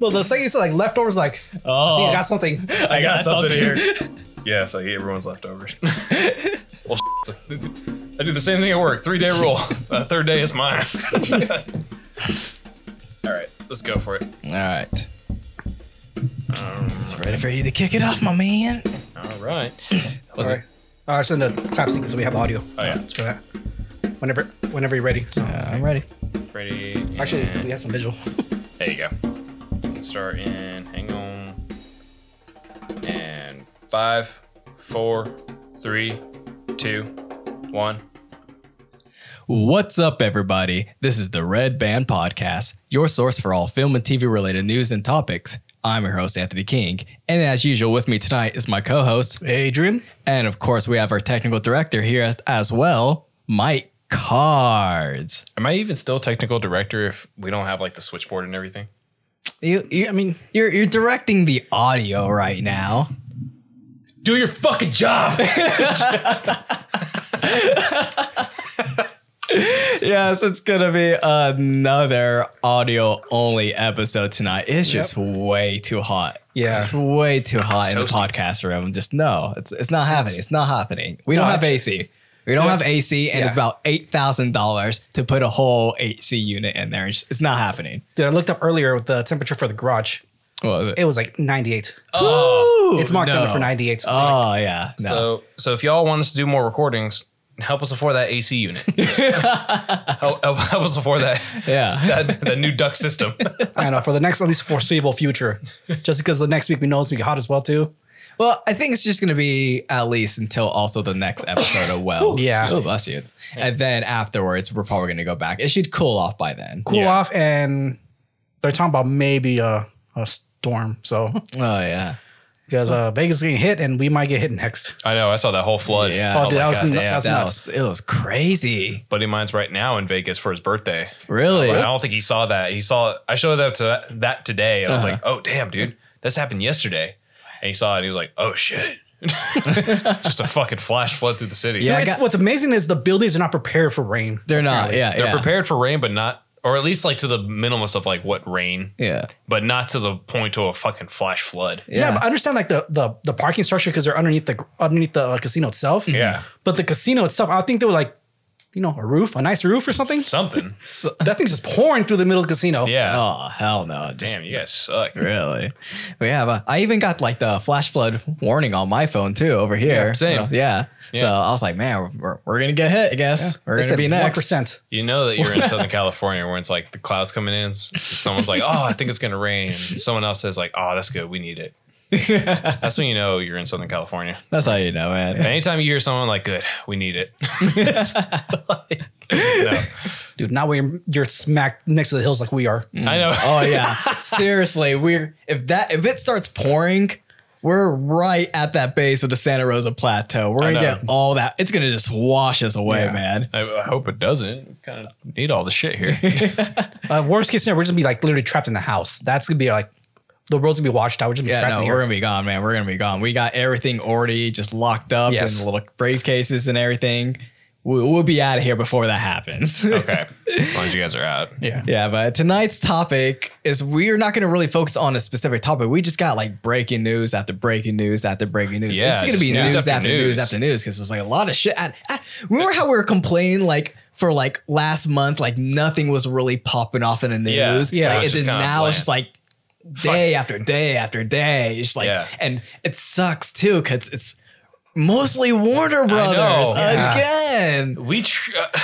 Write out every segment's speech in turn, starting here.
No, the second you said like leftovers, like I Oh, think I got something. I got something here. yeah, so I eat everyone's leftovers. well, I do the same thing at work. Three day rule. Uh, third day is mine. All right, let's go for it. All right. It's ready for you to kick it off, my man. All right. Was All right. Uh, I should have clap sync so we have audio Oh yeah, for that. Whenever, whenever you're ready. So it? Uh, I'm ready. ready. actually, and- we have some visual. There you go. Let's start in hang on. And five, four, three, two, one. What's up, everybody? This is the Red Band Podcast, your source for all film and TV related news and topics. I'm your host, Anthony King. And as usual, with me tonight is my co host, Adrian, And of course, we have our technical director here as, as well, Mike Cards. Am I even still technical director if we don't have like the switchboard and everything? You, you, I mean, you're you're directing the audio right now. Do your fucking job. Yes, it's gonna be another audio only episode tonight. It's just way too hot. Yeah. just way too hot in toasty. the podcast room. Just no, it's it's not happening. It's, not happening. We don't No, have it's- AC. We don't have AC, and it's Yeah. about eight thousand dollars to put a whole AC unit in there. It's, just- it's not happening. dude, I looked up earlier with the temperature for the garage. It was like 98. Oh, it's marked under no. for 98. So Oh yeah. No. So so if y'all want us to do more recordings, help us afford that AC unit. help, help, help us afford that, yeah. that that new duct system. I don't know for the next at least foreseeable future, just because the next week we know it's gonna be hot as well too. Well, I think it's just gonna be at least until also the next episode of Well. Yeah. Oh, bless you. And then afterwards, we're probably gonna go back. It should cool off by then. Cool Yeah. off, and they're talking about maybe a, a storm. So Oh yeah. because uh, Vegas is getting hit, and we might get hit next. I know. I saw that whole flood. Yeah. Oh, Oh, dude, my that was God, nu- damn. that's That nuts. was, it was crazy. buddy of mine's right now in Vegas for his birthday. Really? But I don't think he saw Oh, that. He saw I showed up to that today, and I was like, Uh-huh. "Oh damn, dude, this happened yesterday." And he saw it, and he was like, "Oh shit!" Just a fucking flash flood through the city. Yeah, I It's- got- what's amazing is the buildings are not prepared for rain. They're not. Apparently. Yeah. they're yeah. prepared for rain, but not, or at least like to the minimalist of like what rain, Yeah. but not to the point to a fucking flash flood. Yeah, Yeah. but I understand like the the, the parking structure because they're underneath the underneath the uh, casino itself. Yeah. but the casino itself, I think they were like, you know, a roof, a nice roof or something. Something. that thing's just pouring through the middle of the casino. Yeah. Oh hell no. Just Damn, you guys suck. Really? But yeah, but I even got like the flash flood warning on my phone too over here. Yeah, same. Yeah. So Yeah. I was like, man, we're- we're, we're gonna get hit, I guess. We're They gonna said be next. 1%. You know that you're in Southern California where it's like the clouds coming in. Someone's like, "Oh, I think it's gonna rain." Someone else says like, "Oh, that's good. We need it." that's when you know you're in Southern California. That's how you know, man. Anytime you hear someone like, "Good, we need it," It's like- no. Dude, now we're you're smack next to the hills like we are. I know. Oh yeah. Seriously, we're if that if it starts pouring, we're right at that base of the Santa Rosa Plateau. We're gonna know. get all that. It's gonna just wash us away, Yeah. man. I, I hope it doesn't. Kind of need all the shit here. Uh, worst case scenario, we're just gonna be like literally trapped in the house. That's gonna be like the roads gonna be washed out. We're just gonna be Yeah, trapped no, in we're here. gonna be gone, man. We're gonna be gone. We got everything already just locked up Yes. in little briefcases and everything. We, we'll be out of here before that happens. Oh, okay, as long as you guys are out. Yeah. Yeah, but tonight's topic is we're not going to really focus on a specific topic. We just got like breaking news after breaking news after breaking news. Yeah, it's just going to be just news news, after after, news news. after news because there's like a lot of shit. I, I- remember how we were complaining like for like last month, like nothing was really popping off in the Yeah, news. yeah, it like, it was just did- kinda now bland. it's just like day after day after day. It's just like, Yeah. and it sucks too because it's mostly Warner Brothers Yeah. again. We tr- uh,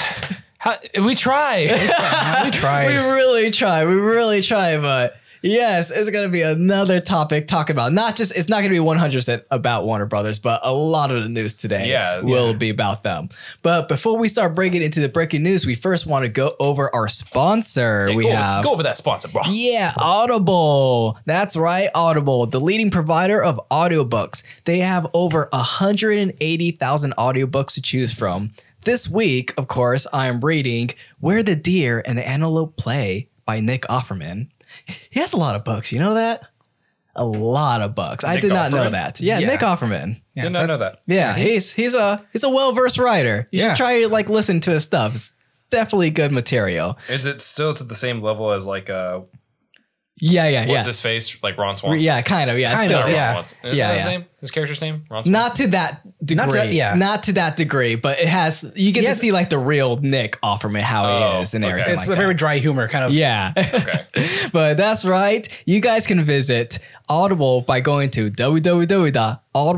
how, we try. we tried. We really try. We really try, but yes, it's gonna be another topic talking about. Not just it's not gonna be one hundred percent about Warner Brothers, but a lot of the news today Yeah, will be about them. But before we start breaking into the breaking news, we first want to go over our sponsor. we go, have go over that sponsor, bro. yeah, Audible. That's right, Audible, the leading provider of audiobooks. They have over 180,000 audiobooks to choose from. This week, of course, I am reading Where the Deer and the Antelope Play by Nick Offerman. He has a lot of books. You know that? A lot of books. I Nick did not know Offerman? that. Yeah, Yeah. Nick Offerman. Yeah, Yeah, Did not that- know that. he's he's a he's a well-versed writer. You Yeah. should try to like listen to his stuff. It's definitely good material. Is it still to the same level as like uh Yeah, yeah, What's yeah. his face? Like Ron Re- Swanson. Yeah, kind of. Yeah, Kind still, of, Ron yeah. Swanson. Isn't Yeah, that his yeah. name? His character's name? Ron Swanson. Not to that degree. Not to that- yeah. Not to that degree, but it has. You get to Yes. see like the real Nick Offerman, how he Oh, is, and okay. everything. It's like a very that. dry humor kind of. Yeah. okay. but that's right. You guys can visit Audible by going to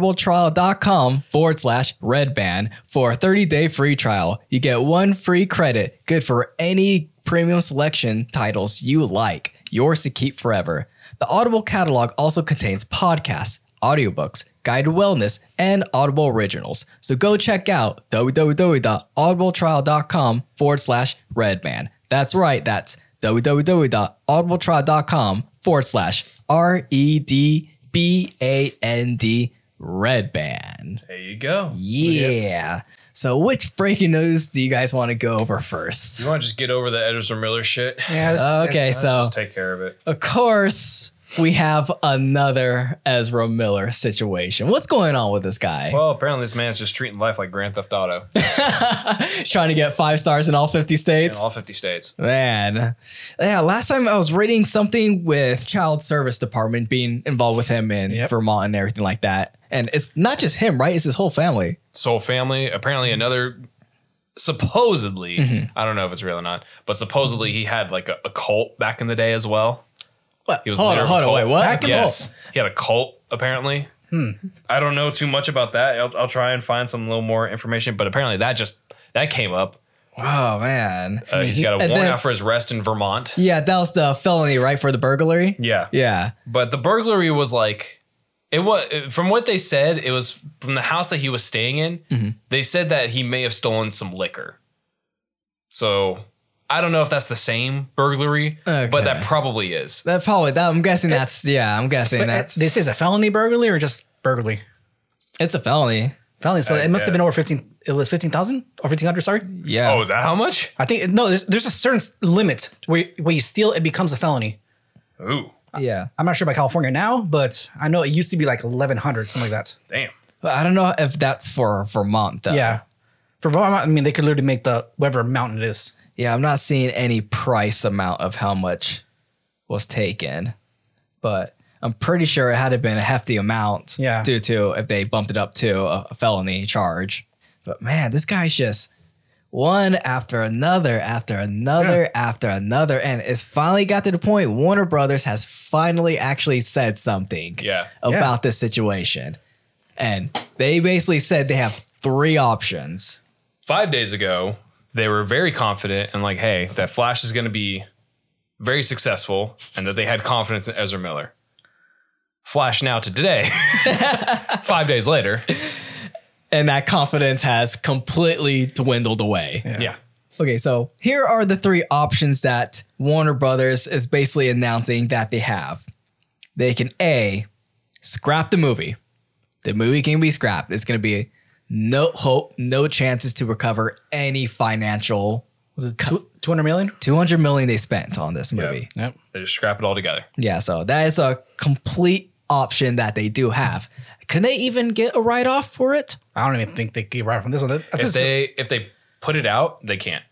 www.audibletrial.com forward slash red band for a 30 day free trial. You get one free credit, good for any premium selection titles you like, yours to keep forever. The Audible catalog also contains podcasts, audiobooks, guided wellness, and Audible originals. So go check out www.audibletrial.com forward slash redman. That's right, that's www.audibletrial.com forward slash R E D B A N D redman. There you go. Yeah. So which breaking news do you guys want to go over first? You want to just get over the Edison Miller shit? Yeah, it's- Okay, it's- Let's so just take care of it. of course we have another Ezra Miller situation. What's going on with this guy? Well, apparently this man's just treating life like Grand Theft Auto He's trying to get five stars in all 50 in states. all 50 states. Man. Yeah, last time I was reading something with child service department being involved with him in Yep. Vermont and everything like that. And it's not just him, right? It's his whole family. Soul Family, apparently Mm-hmm. another supposedly, I don't know if it's real or not, but supposedly he had like a, a cult back in the day as well. What? He was hold leader on, of a hold on, cult. wait, what? Hmm. Back in the Yes. He had a cult, apparently. I don't know too much about that. I'll, I'll try and find some little more information, but apparently that just that came up. Oh man. Uh, he's got a And warrant then- out for his arrest in Vermont. Yeah, that was the felony, right, for the burglary? Yeah. Yeah. But the burglary was like it was from what they said, it was from the house that he was staying in. They said that he may have stolen some liquor. So I don't know if that's the same burglary, Okay. but that probably is. That probably that I'm guessing that's yeah, I'm guessing but uh, that's this is a felony burglary or just burglary? it's a felony. Felony. So Uh, it must have yeah. been over fifteen. It was fifteen thousand or fifteen hundred. Sorry. Yeah. Oh, is that how much? I think no. There's, there's a certain s- limit where where you steal it becomes a felony. Ooh, yeah. I'm not sure about California now, but I know it used to be like eleven hundred something like that. damn. But I don't know if that's for Vermont though. Yeah. For Vermont, I mean, they could literally make the whatever amount it is. Yeah, I'm not seeing any price amount of how much was taken, but I'm pretty sure it had to been a hefty amount. Yeah. Due to if they bumped it up to a, a felony charge. But man, this guy's just one after another, after another, after another. And it's finally got to the point Warner Brothers has finally actually said something Yeah. about this situation. And they basically said they have three options. Five days ago, they were very confident and like, hey, that Flash is going to be very successful, and that they had confidence in Ezra Miller. Flash now to today, five days later. and that confidence has completely dwindled away. Yeah. Okay, so here are the three options that Warner Brothers is basically announcing that they have. They can A, scrap the movie. The movie can be scrapped. It's going to be no hope, no chances to recover any financial Two hundred million. 200 million they spent on this movie. Yep. They just scrap it all together. Yeah, so that is a complete option that they do have. Can they even get a write off for it? I don't even think they could get right from this one. That- If that's- they if they put it out, they can't.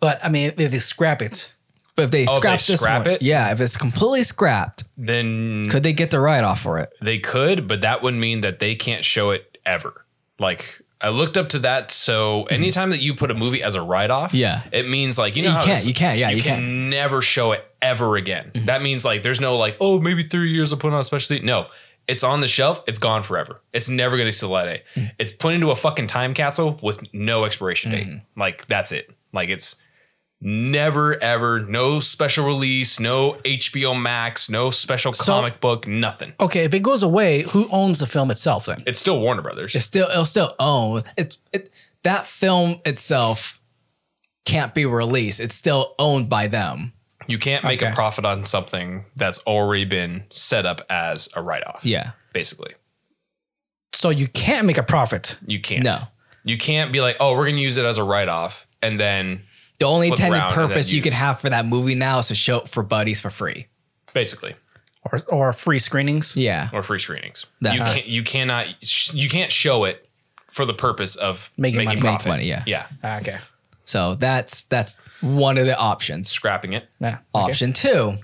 but I mean, if they scrap it, But if they Oh, if they scrap this scrap one, it? yeah, if it's completely scrapped, Then could they get the write off for it? they could, but that would mean that they can't show it ever. Like I looked up to that, so anytime that you put a movie as a write off, Mm-hmm. Yeah. it means like you know You how can't, it's- you can't, Mm-hmm. yeah, you can never show it ever again. That means like there's no like oh maybe three years of putting on a special seat. No, it's on the shelf. It's gone forever. It's never gonna see the light of day. Mm. It's put into a fucking time capsule with no expiration Mm. date. Like that's it. Like it's never ever no special release, no HBO Max, no special comic book, nothing. okay, if it goes away, who owns the film itself then? It's still Warner Brothers. It's still it'll still own it, it that film itself can't be released. It's still owned by them. You can't make Okay. a profit on something that's already been set up as a write off. Yeah. Basically, So you can't make a profit. you can't. No. You can't be like, oh, we're going to use it as a write off. And then The only Flip intended around and then purpose you can use. have for that movie now is to show it for buddies for free. basically, Or, or free screenings. Yeah. or free screenings. That- you, can't, you cannot, sh- you can't show it for the purpose of Making making, money. Make profit. money, yeah. Yeah. Ah, okay. So that's that's one of the options. Scrapping it. Yeah. okay. Option two,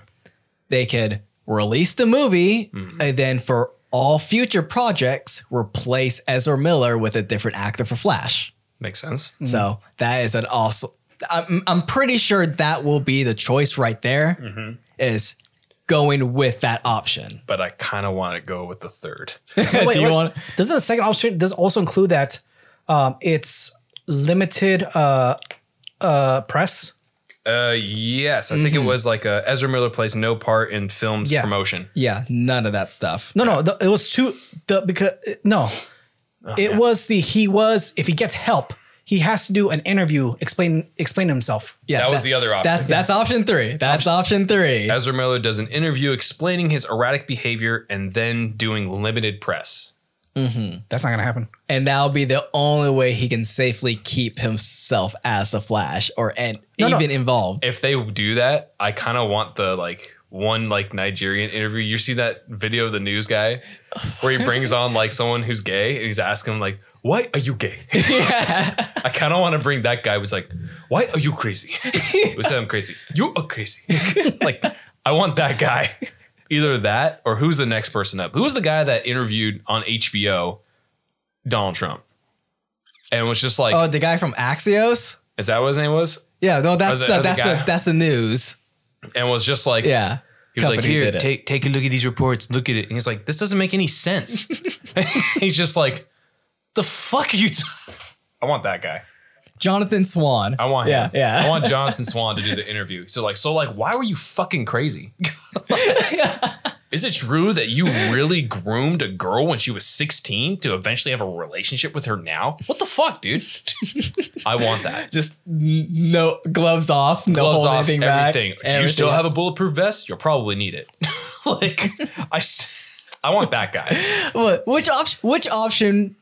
they could release the movie Mm-hmm. and then for all future projects replace Ezra Miller with a different actor for Flash. Makes sense. So that is an awesome. I'm I'm pretty sure that will be the choice right there. Is Mm-hmm. going with that option. But I kind of want to go with the third. Wait, Do you what's- want? Doesn't the second option does also include that um, it's limited uh, uh, press? Uh, yes, I think it was like uh, Ezra Miller plays no part in film's Yeah. promotion. Mm-hmm. Yeah, none of that stuff. No, no, the, it was two. The because no, Oh, it was the he was if he gets help, he has to do an interview explain explain himself. Yeah, That was the other option. That's that's option three. That's option three. Ezra Miller does an interview explaining his erratic behavior and then doing limited press. That's not gonna happen. and that'll be the only way he can safely keep himself as the Flash or and No, no. even involved. If they do that, I kind of want the like one like Nigerian interview. You see that video of the news guy where he brings on like someone who's gay and he's asking him like, "Why are you gay?" I kind of want to bring that guy. Who's like, "Why are you crazy?" we said I'm crazy. You are crazy. like I want that guy. Either that or who's the next person up? Who was the guy that interviewed on HBO Donald Trump? And was just like, Oh, the guy from Axios. is that what his name was? Yeah, no, that's the the, other that's guy. the that's the news. And was just like, Yeah, He was like, Company here, did it. take take a look at these reports. Look at it. And he's like, this doesn't make any sense. he's just like, the fuck are you? T-? I want that guy. Jonathan Swan. I want yeah, him. yeah. I want Jonathan Swan to do the interview. So like, so like, why were you fucking crazy? Is it true that you really groomed a girl when she was 16 to eventually have a relationship with her now? What the fuck, dude? I want that. just n- no gloves off, no gloves hold off, anything everything. back. Do you still have a bulletproof vest? You'll probably need it. like, I, s- I want that guy. What- which option? Which option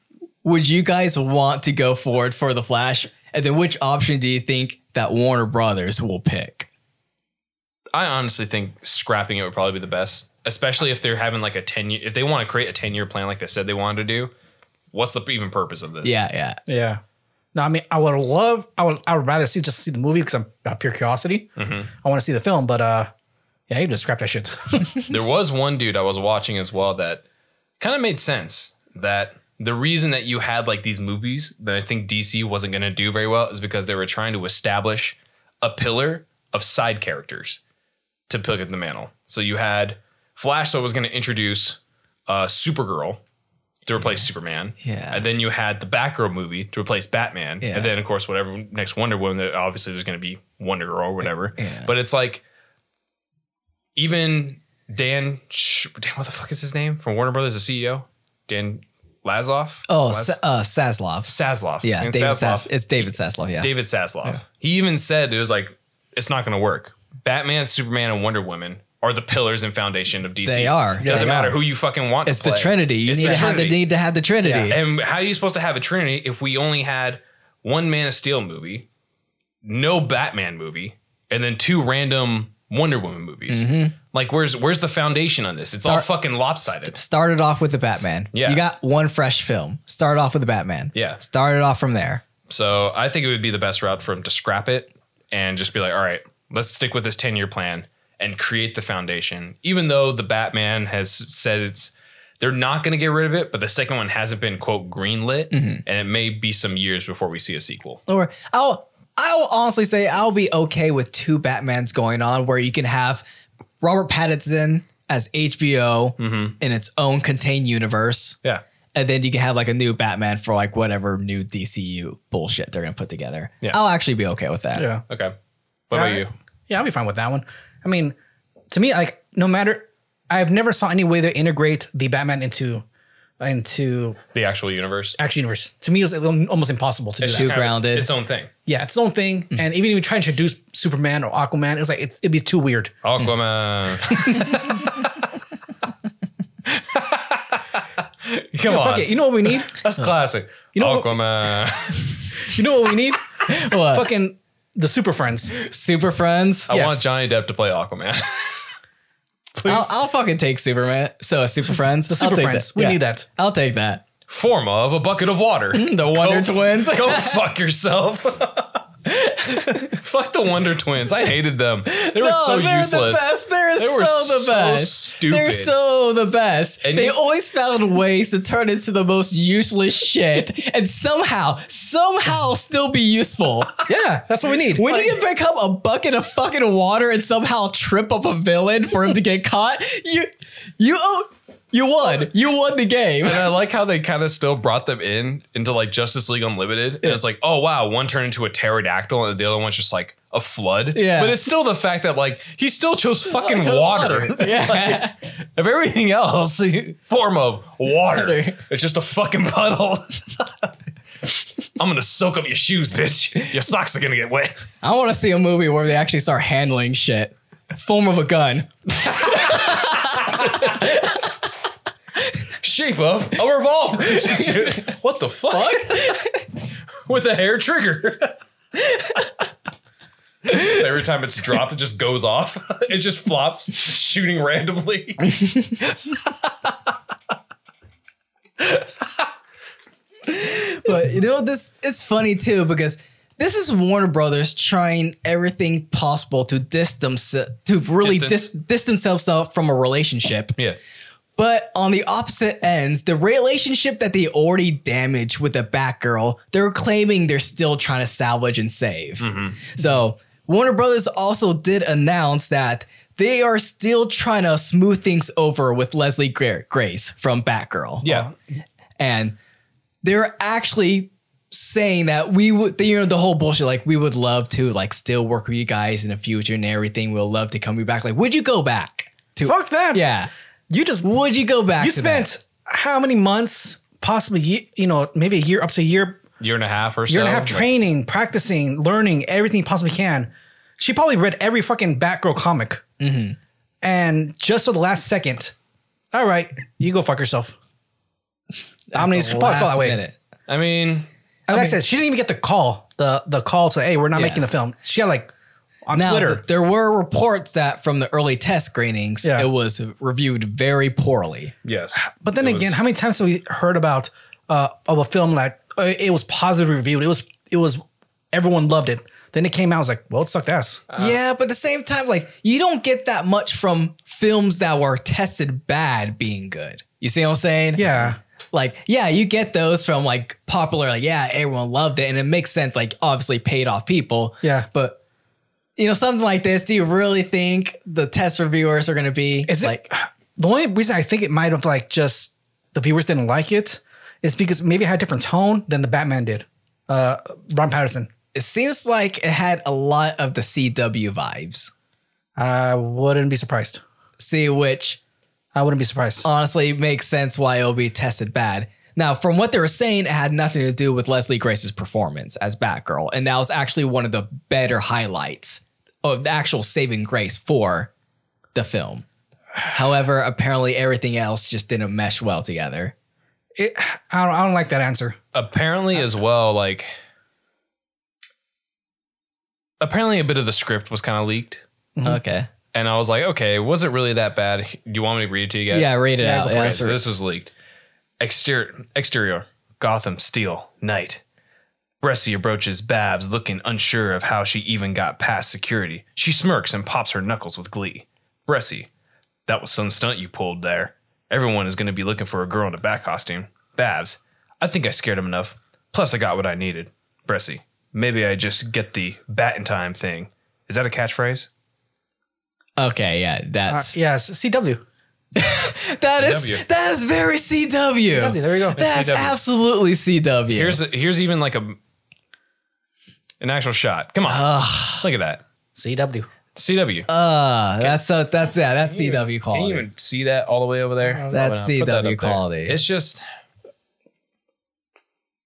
would you guys want to go forward for the Flash? And then which option do you think that Warner Brothers will pick? I honestly think scrapping it would probably be the best, especially if they're having like a ten year. If they want to create a ten year plan, like they said they wanted to do, what's the even purpose of this? Yeah, yeah. Yeah. No, I mean, I would love, I would, I would rather see just see the movie because I'm out of pure curiosity. Mm-hmm. I want to see the film, but uh, yeah, you just scrap that shit. There was one dude I was watching as well that kind of made sense that the reason that you had like these movies that I think DC wasn't going to do very well is because they were trying to establish a pillar of side characters to pick up the mantle. So you had Flash that was going to introduce uh, Supergirl to replace Superman. Yeah. And then you had the Batgirl movie to replace Batman. Yeah. And then, of course, whatever next Wonder Woman, there- obviously there's going to be Wonder Girl or whatever. Yeah. But it's like, even Dan, Sh- Dan, what the fuck is his name from Warner Brothers, the CEO? Dan Lazoff? Oh, Laz- Sa- uh, Sasloff. Sasloff. Yeah, And David Sasloff. Sas- It's David Sasloff. Yeah. David Sasloff. He even said it was like, it's not going to work. Batman, Superman, and Wonder Woman are the pillars and foundation of DC. They are. Doesn't They matter are. who you fucking want. it's to the play. Trinity. You It's need the to have the Trinity. need to have the Trinity. And how are you supposed to have a Trinity if we only had one Man of Steel movie, no Batman movie, and then two random Wonder Woman movies? Like, where's where's the foundation on this? It's all Start- fucking lopsided. Started off with the Batman. Yeah. You got one fresh film. Started off with the Batman. Yeah. Started off from there. so I think it would be the best route for him to scrap it and just be like, all right, let's stick with this ten year plan and create the foundation. Even though the Batman has said it's they're not going to get rid of it, but the second one hasn't been quote greenlit, and it may be some years before we see a sequel. Or I'll I'll honestly say I'll be okay with two Batmans going on where you can have Robert Pattinson as HBO Mm-hmm. in its own contained universe. Yeah. And then you can have like a new Batman for like whatever new DCU bullshit they're gonna put together. Yeah. I'll actually be okay with that. yeah. Okay. What about Alright. you? Yeah, I'll be fine with that one. I mean, to me, like no matter, I've never saw any way they integrate the Batman into into the actual universe. action universe. To me, it was almost impossible to do that. just- grounded. Its own thing. Yeah, it's its own thing, and even if you try to introduce Superman or Aquaman, it's like it's, it'd be too weird. Aquaman. Come on, Fuck it. You know what we need? that's classic. You know what- Aquaman. You know what we need? What? Fucking the Super Friends. Super Friends. I Yes. want Johnny Depp to play Aquaman. I'll, I'll fucking take Superman. So Super Friends. The Super Friends. We need that. I'll take that. Forma of a bucket of water. Mm, The Wonder Go- Twins. Go fuck yourself. Fuck the Wonder Twins. I hated them. They were No, so they're useless. the best. They're They so were the so best. stupid. They're so the best. And they you- always found ways to turn into the most useless shit and somehow, somehow still be useful. Yeah, that's what we need. When you can pick up a bucket of fucking water and somehow trip up a villain for him to get caught, you you owe you won. You won the game. And I like how they kind of still brought them in into like Justice League Unlimited. And it's like, oh wow, one turned into a pterodactyl and the other one's just like a flood. Yeah. But it's still the fact that like he still chose fucking water. Yeah. of everything else, form of water. Water. It's just a fucking puddle. I'm gonna soak up your shoes, bitch. Your socks are gonna get wet. I want to see a movie where they actually start handling shit. Form of a gun. Shape of a revolver. what the fuck? With a hair trigger. Every time it's dropped, it just goes off. It just flops, shooting randomly. But you know this it's funny too because this is Warner Brothers trying everything possible to distance to really dis- Distance. distance themselves from a relationship. Yeah. But on the opposite ends, the relationship that they already damaged with the Batgirl, they're claiming they're still trying to salvage and save. Mm-hmm. So Warner Brothers also did announce that they are still trying to smooth things over with Leslie Gra- Grace from Batgirl. Yeah. And they're actually saying that we would, you know, the whole bullshit, like we would love to like still work with you guys in the future and everything. We'll love to come you back. Like, would you go back to? Fuck that. Yeah. You just Would you go back? you to that? spent how many months, possibly ye- you know, maybe a year up to a year Year and a half or so. year and a half Like, training, practicing, learning everything you possibly can. She probably read every fucking Batgirl comic. Mm-hmm. And just for the last second, all right, you go fuck yourself. I mean, it's the probably felt last that way. minute. I mean, And like I said, she didn't even get the call, the the call to, hey, we're not Yeah. making the film. She got like on Now, Twitter. th- there were reports that from the early test screenings, Yeah. it was reviewed very poorly. yes. But then It again, was- how many times have we heard about uh, of a film that uh, it was positively reviewed? It was it was everyone loved it. Then it came out, it was like, well, it sucked ass. yeah, but at the same time, like you don't get that much from films that were tested bad being good. You see what I'm saying? yeah, Like, yeah, you get those from like popular, like, yeah, everyone loved it. And it makes sense, like, obviously paid off people. Yeah. But, you know, something like this, do you really think the test reviewers are going to be is it like, the only reason I think it might have like just the viewers didn't like it is because maybe it had a different tone than the Batman did. Uh, Ron Patterson. it seems like it had a lot of the CW vibes. I wouldn't be surprised. See, which I wouldn't be Oh. surprised. honestly makes sense why it'll be tested bad. Now, from what they were saying, it had nothing to do with Leslie Grace's performance as Batgirl, and that was actually one of the better highlights of the actual saving grace for the film. However, apparently everything else just didn't mesh well together. It, I, don't, I don't like that answer. apparently as well like apparently a bit of the script was kind of leaked Okay. and i was like okay was it really that bad do you want me to read it to you guys Yeah, read it out. Okay, Yeah, so this was leaked exterior exterior gotham steel night Bressie approaches Babs, looking unsure of how she even got past security. She smirks and pops her knuckles with glee. Bressie, that was some stunt you pulled there. Everyone is going to be looking for a girl in a bat costume. Babs, I think I scared him enough. Plus, I got what I needed. Bressie, maybe I just get the bat in time thing. Is that a catchphrase? okay, yeah, Uh, that's Yes, CW. that is CW. that is very CW. There we go. That's CW. absolutely CW. Here's here's even like a an actual shot. Come on, look at that CW. CW. uh, that's so that's yeah, that's CW Can quality. you even see that all the way over there? That's Put that CW up there. quality. It's just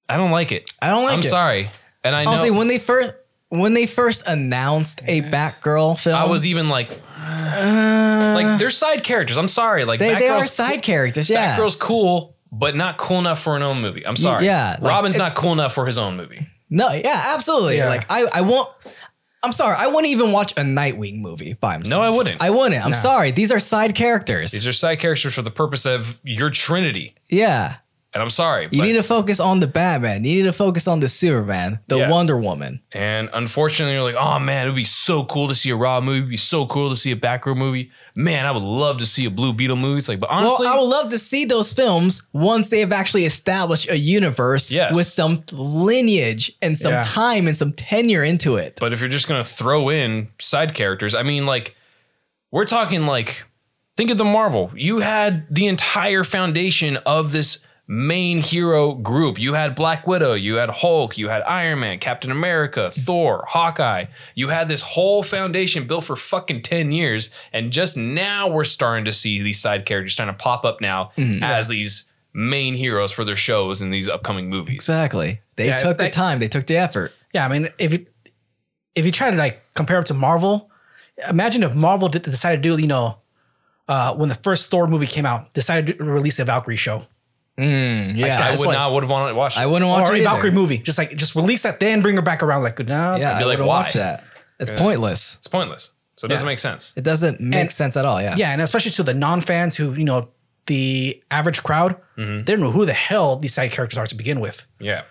I don't like it. I don't like I'm it. sorry, and I know Honestly, when they first when they first announced a Batgirl film, uh, I was even like, like they're side characters. I'm sorry, like they, they are Batgirl's- side characters. Yeah, Batgirl's cool, but not cool enough for an own movie. I'm sorry. yeah, like, Robin's it- not cool enough for his own movie. no, yeah, absolutely. Yeah. Like I, I won't. I'm sorry. I wouldn't even watch a Nightwing movie by No, himself. I wouldn't. I wouldn't. I'm sorry. These are side characters. These are side characters for the purpose of your Trinity. yeah. And I'm sorry. You but- need to focus on the Batman. You need to focus on the Superman, the Yeah. Wonder Woman. and unfortunately, you're like, oh man, it would be so cool to see a Raw movie. It'd be so cool to see a Batgirl movie. Man, I would love to see a Blue Beetle movie. It's like, but Well, honestly, I would love to see those films once they have actually established a universe Yes. with some lineage and some Yeah. time and some tenure into it. But if you're just gonna throw in side characters, I mean, like, we're talking like, think of the Marvel. You had the entire foundation of this main hero group. You had Black Widow, you had Hulk, you had Iron Man, Captain America, Thor, Hawkeye. You had this whole foundation built for fucking 10 years. And just now we're starting to see these side characters starting to pop up now Mm-hmm. as these main heroes for their shows and these upcoming movies. Exactly. They Yeah, took the that- time. They took the effort. Yeah, I mean, if you if you try to like compare it to Marvel, imagine if Marvel did, decided to do, you know, uh, when the first Thor movie came out, decided to release a Valkyrie show Mm, Yeah, I it's would like- not would have wanted to watch it. I wouldn't watch or a it. either. Valkyrie movie, just like just release that, then bring her back around. Like, no, Yeah, I'd I'd be like, wouldn't watch why? that. It's pointless. It's pointless. So it doesn't Yeah. make sense. It doesn't make And- sense at all. Yeah. yeah, and especially to the non fans who you know the average crowd, Mm-hmm. they don't know who the hell these side characters are to begin with. Yeah.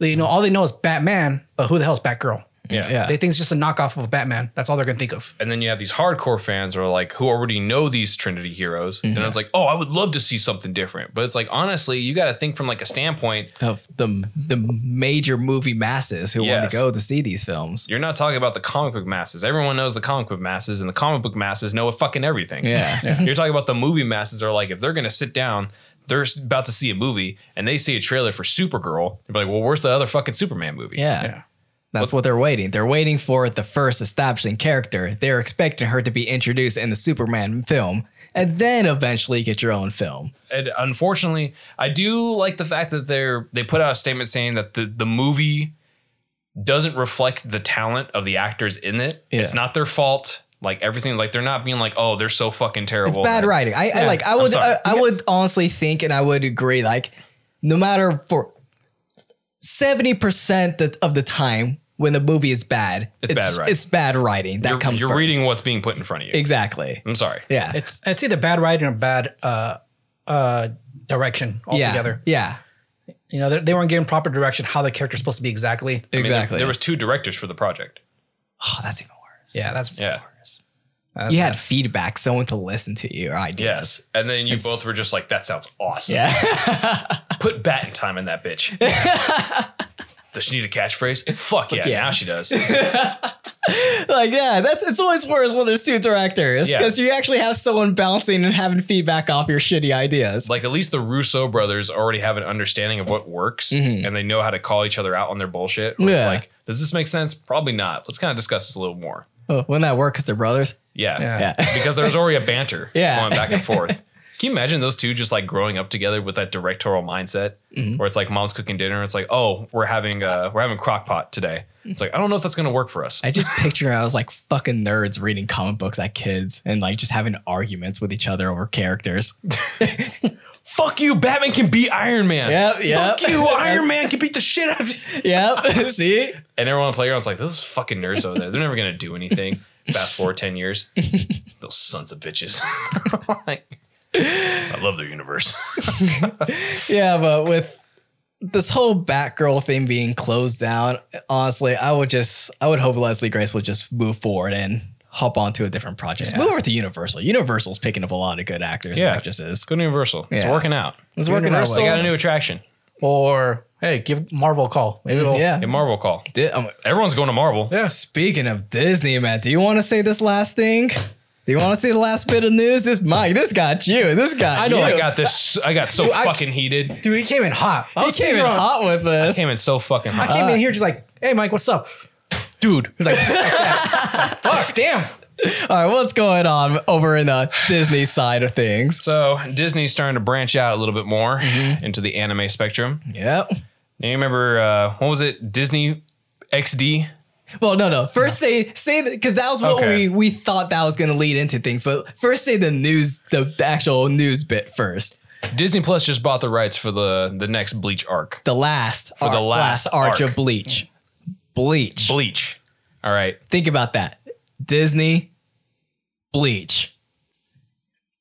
They, you know, all they know is Batman, but who the hell is Batgirl? Yeah. Mm-hmm. Yeah. They think it's just a knockoff of Batman. That's all they're gonna think of. And then you have these hardcore fans who are like, who already know these Trinity heroes. Mm-hmm. And it's like, oh, I would love to see something different. But it's like, honestly, you got to think from like a standpoint. Of the the major movie masses who want Yes. to go to see these films. You're not talking about the comic book masses. Everyone knows the comic book masses, and the comic book masses know fucking everything. Yeah. You're talking about the movie masses are like, if they're going to sit down, they're s- about to see a movie and they see a trailer for Supergirl. They're like, well, where's the other fucking Superman movie? Yeah. That's what they're waiting. They're waiting for the first establishing character. They're expecting her to be introduced in the Superman film and then eventually get your own film. and unfortunately, I do like the fact that they're they put out a statement saying that the the movie doesn't reflect the talent of the actors in it. Yeah. It's not their fault. Like everything, like they're not being like, oh, they're so fucking terrible. It's bad man. writing. I, I like I I'm would sorry. I, I would honestly think and I would agree like no matter for 70% th- of the time when the movie is bad, It's bad writing. It's bad writing. That You're, comes you're first. reading what's being put in front of you. Exactly. I'm sorry. Yeah. It's it's either bad writing or bad uh, uh, direction yeah. altogether. Yeah. You know, they- they weren't given proper direction how the character's supposed to be exactly. I mean, there- Exactly. there was two directors for the project. Oh, that's even worse. Yeah, that's Yeah. You had feedback, someone to listen to your ideas. Yes. And then you both were just like, that sounds awesome. Yeah. Put bat in time in that bitch. Does she need a catchphrase? Fuck yeah. yeah. Now she does. like, yeah, that's it's always worse when there's two directors Yeah. because you actually have someone bouncing and having feedback off your shitty ideas. like at least the Russo brothers already have an understanding of what works and they know how to call each other out on their bullshit. where It's Mm-hmm. Yeah. like, does this make sense? Probably not. Let's kind of discuss this a little more. Oh, wouldn't that work? Because they're brothers. Yeah. Yeah. Yeah. because there was already a banter Yeah. going back and forth. Can you imagine those two just like growing up together with that directorial mindset Mm-hmm. where it's like mom's cooking dinner. It's like, oh, we're having uh we're having crock pot today. It's like, I don't know if that's gonna work for us. I just picture I was like fucking nerds reading comic books at kids and like just having arguments with each other over characters. Fuck you, Batman can beat Iron Man. Yep, yep. Fuck you, Iron Man can beat the shit out of you. yep. See? And everyone on playground's like, those fucking nerds over there, they're never gonna do anything. Fast forward 10 years, those sons of bitches. Like, I love their universe. Yeah, but with this whole Batgirl thing being closed down, honestly, I would just I would hope Leslie Grace would just move forward and hop onto a different project. Move over to Universal. Universal's picking up a lot of good actors Yeah. and actresses. Good Universal. It's Yeah. working out. It's working out. They got a well. new attraction. Or hey, give Marvel a call. Maybe they'll- Mm-hmm. Yeah. A Marvel call. Di- um, Everyone's going to Marvel. Yeah. Speaking of Disney, man, do you want to say this last thing? Do you want to say the last bit of news? This Mike, this got you. This got I know you. I got this. I got so I- fucking heated. Dude, he came in hot. I He was came sitting in around- hot with this. Came in so fucking I hot. came in here just like, hey, Mike, what's up? Dude. He's like, just like that. Fuck, damn. All right, what's going on over in the Disney side of things? So Disney's starting to branch out a little bit more into the anime spectrum. Yep. Now, you remember uh, what was it? Disney XD. Well, no, no. First, say say because that was what Okay. we we thought that was going to lead into things. But first, say the news, the, the actual news bit first. Disney Plus just bought the rights for the the next Bleach arc. The last, arc, the last arch arc. of Bleach. Bleach. Bleach. All right. Think about that. Disney, Bleach.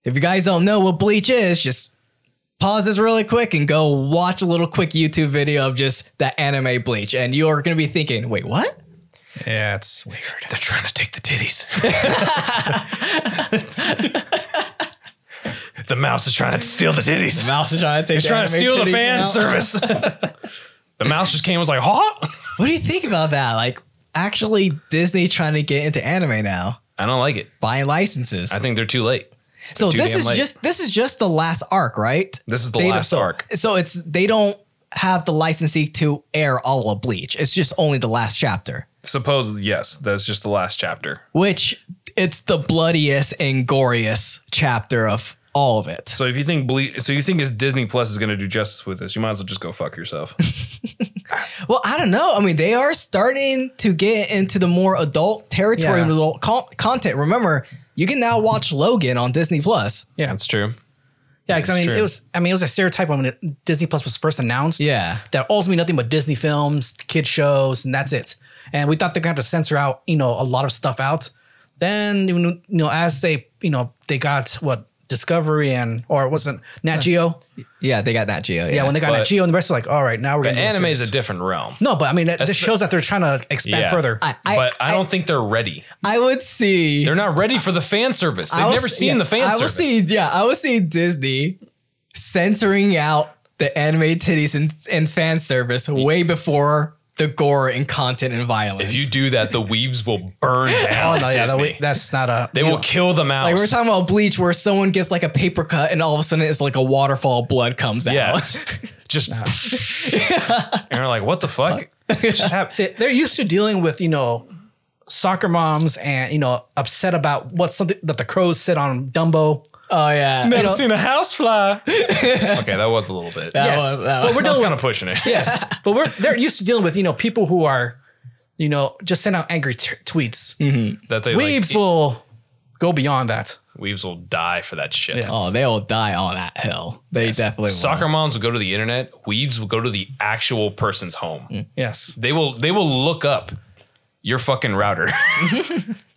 If you guys don't know what Bleach is, just pause this really quick and go watch a little quick YouTube video of just that anime bleach. And you're going to be thinking, wait, what? Yeah, it's weird. They're trying to take the titties. the mouse is trying to steal the titties. Mouse is trying to take It's trying to steal the fan service. the mouse just came and was like, huh? What do you think about that? Like, actually, Disney trying to get into anime now, I don't like it. buying licenses. I think they're too late. So too this damn is late. just this is just the last arc, right? This is the They don't- last so- arc. So it's they don't have the licensee to air all of Bleach. It's just only the last chapter, Suppose yes, that's just the last chapter. which it's the bloodiest and goriest chapter of all of it. So if you think ble- so, you think this Disney Plus is going to do justice with this, you might as well just go fuck yourself. Well, I don't know. I mean, they are starting to get into the more adult territory Yeah. with adult con- content. Remember, you can now watch Logan on Disney Plus. Yeah, that's true. yeah. Because I mean, true. it was I mean it was a stereotype when it- Disney Plus was first announced. Yeah. that always mean nothing but Disney films, kid shows, and that's it. And we thought they're gonna have to censor out, you know, a lot of stuff out. Then you know, as they, you know, they got what Discovery and or it wasn't Nat Geo. Yeah, Yeah, they got that Geo. Yeah, when they got Nat but- Geo and the rest are like, all right, now we're But gonna do anime is series. a different realm. no, but I mean, that, this the- shows that they're trying to expand further. I, I, but I, I, don't think they're ready. I would see. They're not ready for the fan service. They've I will never see- seen yeah, the fan I will service. see. Yeah, I will see Disney censoring out the anime titties and, and fan service way before the gore and content and violence. If you do that, the weebs will burn down. oh no, yeah, that, Disney. we- that's not a. they will kill the mouse. like we were talking about bleach, where someone gets like a paper cut, and all of a sudden it's like a waterfall of blood comes out. yes. just and you're like, what the fuck? just happened? See, they're used to dealing with you know soccer moms and you know upset about what something that the crows said on Dumbo. Oh yeah. Never It'll- seen a house fly. okay, that was a little bit. that yes, was- that but was- we're I was dealing kind with of pushing it. Yes, but we're they're used to dealing with you know people who are, you know, just send out angry t- tweets. Mm-hmm. That they Weebs like, will go beyond that. weebs will die for that shit. Yes. oh, they will die on that hill. They definitely will. Soccer moms will go to the internet. Weebs will go to the actual person's home. Mm. Yes, They will they will look up your fucking router.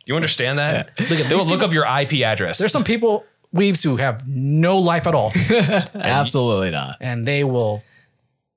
you understand that? they will look up your IP address. there's some people weebs who have no life at all, Absolutely not. and they will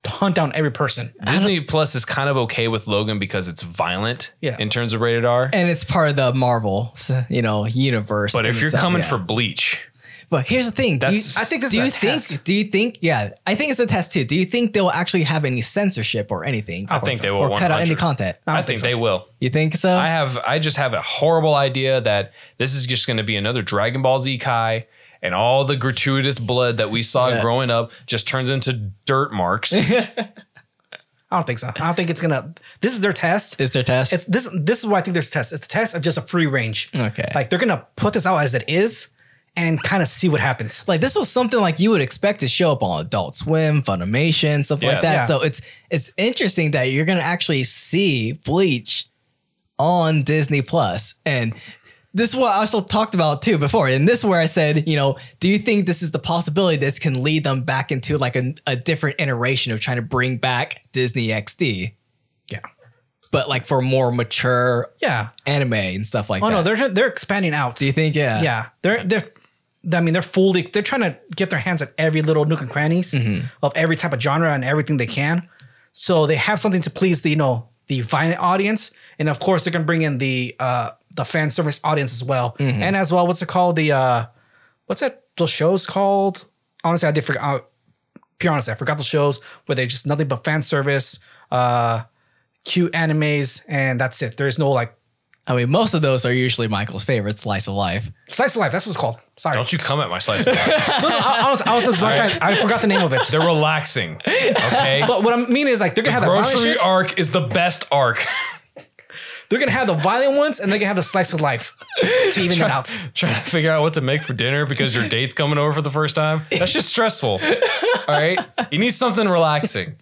hunt down every person. Disney Plus is kind of okay with Logan because it's violent Yeah. in terms of rated R. And it's part of the Marvel, you know, universe. but in if you're itself, coming yeah. for Bleach, But here's the thing. Do you, That's- I think this do is a you think? test. Do you think? Yeah, I think it's a test too. Do you think they'll actually have any censorship or anything? I think they will. or cut out any 100. content. I, don't think, think so. they will. You think so? I have I just have a horrible idea that this is just going to be another Dragon Ball Z Kai and all the gratuitous blood that we saw Yeah. growing up just turns into dirt marks. I don't think so. I don't think it's gonna. This is their test. is their test? It's this. This is why I think there's a test. It's a test of just a free range. Okay. like they're gonna put this out as it is, and kind of see what happens. like this was something like you would expect to show up on Adult Swim, Funimation, stuff Yes. like that. Yeah. So it's it's interesting that you're gonna actually see Bleach on Disney Plus, and this is what I also talked about too before. And this is where I said, you know, do you think this is the possibility this can lead them back into like a, a different iteration of trying to bring back Disney XD, Yeah, but like for more mature yeah. anime and stuff like Oh that? no, they're they're expanding out. do you think? Yeah, Yeah, they're they're. I mean, they're fully. They're trying to get their hands at every little nook and crannies of every type of genre and everything they can. So they have something to please the you know the violent audience, and of course they're gonna bring in the uh the fan service audience as well, and as well what's it called the uh what's that those shows called? Honestly, I did forget. Uh, pure honest, I forgot the shows where they just nothing but fan service, uh, cute animes, and that's it. There's no like I mean, most of those are usually Michael's favorite slice of life. slice of life. That's what it's called. Sorry, Don't you come at my slice. of life. No, no, I, I was, I was just trying- I forgot the name of it. They're relaxing. Okay. But what I mean is like they're gonna have the violent Grocery shits, arc is the best arc. they're gonna have the violent ones, and they're gonna have the slice of life to even it out. Trying to figure out what to make for dinner because your date's coming over for the first time. That's just stressful. All right. You need something relaxing.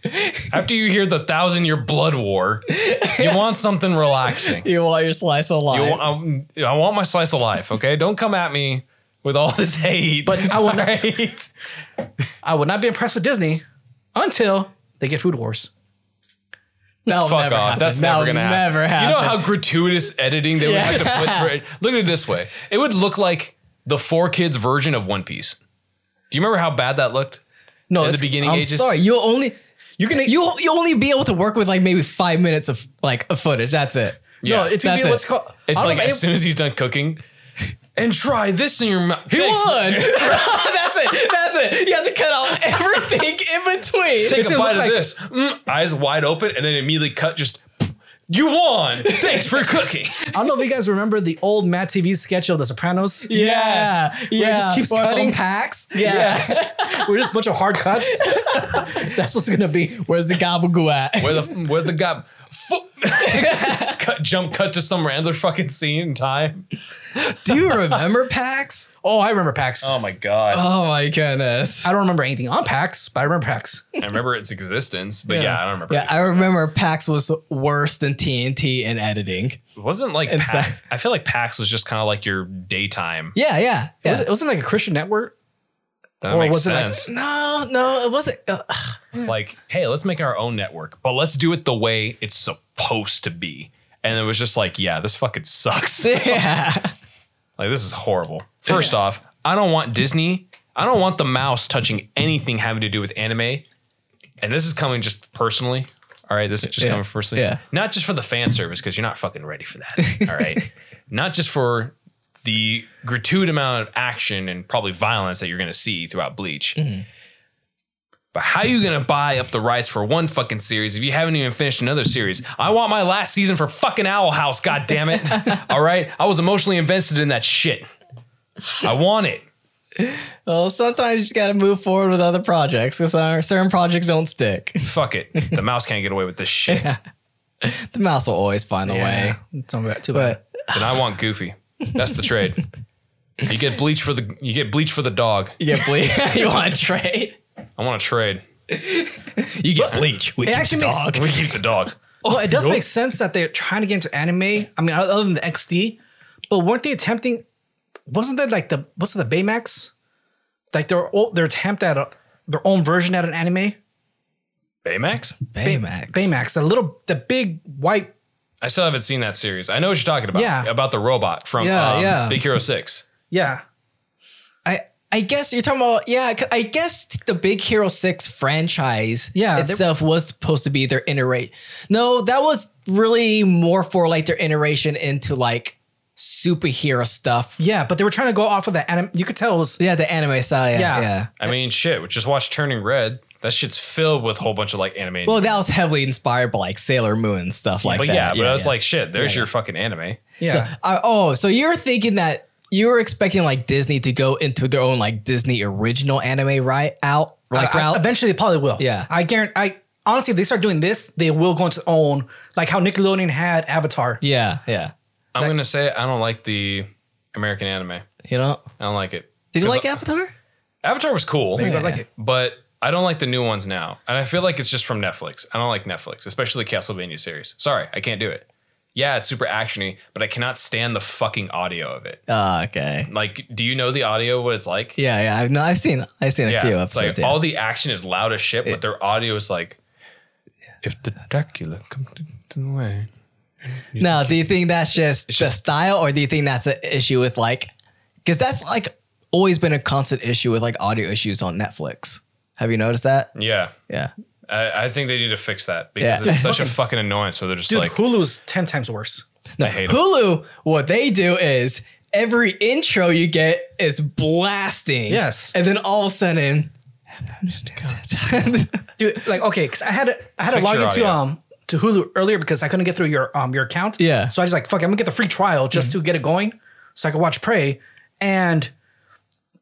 After you hear the thousand year blood war, you want something relaxing. You want your slice of life? I wa- I'm- I want my slice of life. Okay, don't come at me with all this hate. But I would- right? I would not be impressed with Disney until they get Food Wars. That'll Fuck never off. happen. That's never That'll gonna happen. never happen. You know how gratuitous editing they would have to put for it. Look at it this way: it would look like the four kids version of One Piece. Do you remember how bad that looked? No, in the it's- beginning I'm ages? sorry, you'll only You can- you you'll only be able to work with like maybe five minutes of like of footage. That's it. Yeah. No, it's gonna That's be it. what's called. It's I don't like know if as soon as he's done cooking, and try this in your mouth. He won. that's it. That's it. You have to cut off everything in between. Take What's a it bite look of like? this. Mm, eyes wide open, and then immediately cut. Just you won. Thanks for cooking. I don't know if you guys remember the old Matt TV sketch of The Sopranos. Yeah, Where it yeah. just keeps Forrest cutting. unpacks. Yes. We're just a bunch of hard cuts. That's what's gonna be. Where's the gobble at? Where the where the guy. Fu- cut, jump cut to some random fucking scene in time. Do you remember PAX? Oh, I remember PAX. Oh my god! Oh my goodness. I don't remember anything on PAX, but I remember PAX. I remember its existence, but yeah, I don't remember. Yeah, I remember PAX was worse than TNT in editing. It wasn't like It's, PAX. uh, I feel like PAX was just kind of like your daytime. Yeah, yeah. yeah. Was it, wasn't it like a Christian network. That Or makes was it like- sense. no, no, it wasn't. Uh, Like, hey, let's make our own network, but let's do it the way it's supposed to be. And it was just like, yeah, this fucking sucks. yeah. like, this is horrible. First off, I don't want Disney. I don't want the mouse touching anything having to do with anime. And this is coming just personally. All right, this is just Yeah. coming personally. Yeah. Not just for the fan service because you're not fucking ready for that. All right. Not just for the gratuitous amount of action and probably violence that you're going to see throughout Bleach. Mm-hmm. But how you going to buy up the rights for one fucking series if you haven't even finished another series? I want my last season for fucking Owl House, god damn it. All right? I was emotionally invested in that shit. I want it. Well, sometimes you just got to move forward with other projects because certain projects don't stick. Fuck it. The mouse can't get away with this shit. The mouse will always find a way. It's not bad, too bad. But Then I want Goofy. That's the trade. You get bleach for the you get bleach for the dog. you get bleach. you want to trade? I want to trade. You get bleach. We It keep actually the makes- dog. We keep the dog. Well, Oh, it does Nope. make sense that they're trying to get into anime. I mean, other than the XD, but weren't they attempting? Wasn't that like the what's the Baymax? Like their o- their attempt at a, their own version at an anime. Baymax? Baymax. Baymax, the little, the big white. I still haven't seen that series. I know what you're talking about. Yeah. About the robot from Yeah, um, yeah. Big Hero 6. Yeah, I I guess you're talking about yeah. 'cause I guess the Big Hero Six franchise Yeah, they- itself was supposed to be their iterate. No, that was really more for like their iteration into like superhero stuff. yeah. But they were trying to go off of that anime. You could tell it was. Yeah, the anime style. Yeah, yeah. Yeah. I mean, shit, just watch Turning Red. That shit's filled with a whole bunch of like anime. Well, that was heavily inspired by like Sailor Moon and stuff like but that. yeah, but I was yeah. like, shit, there's your fucking anime. Yeah, So, I- oh, so you're thinking that you were expecting like Disney to go into their own like Disney original anime right out like I- I- route. eventually, they probably will. Yeah. I guarantee. I honestly, if they start doing this, they will go into own like how Nickelodeon had Avatar. yeah, yeah. I'm going to say I don't like the American anime. I You know, don't like it. did you 'Cause like Avatar? Avatar was cool. Maybe I like it. But I don't like the new ones now. And I feel like it's just from Netflix. I don't like Netflix, especially the Castlevania series. Sorry, I can't do it. Yeah, it's super actiony, but I cannot stand the fucking audio of it. Oh, okay. Like, do you know the audio what it's like? Yeah, yeah. I've no, I've seen I've seen a Yeah, few it's like episodes. yeah. all the action is loud as shit, but their audio is like, if the Dracula comes to the way. now, do you think that's just the just- style, or do you think that's an issue with like? Because that's like always been a constant issue with like audio issues on Netflix. Have you noticed that? Yeah, Yeah. I, I think they need to fix that because Yeah. it's such a fucking annoyance. So they're just Dude, like, Hulu's ten times worse. No, I hate it. Hulu. What they do is every intro you get is blasting. Yes. And then all of a sudden. dude like okay because i had to i had to Fix log your into audio. um to hulu earlier because i couldn't get through your um your account Yeah. so i was like fuck i'm gonna get the free trial just to get it going so i could watch prey and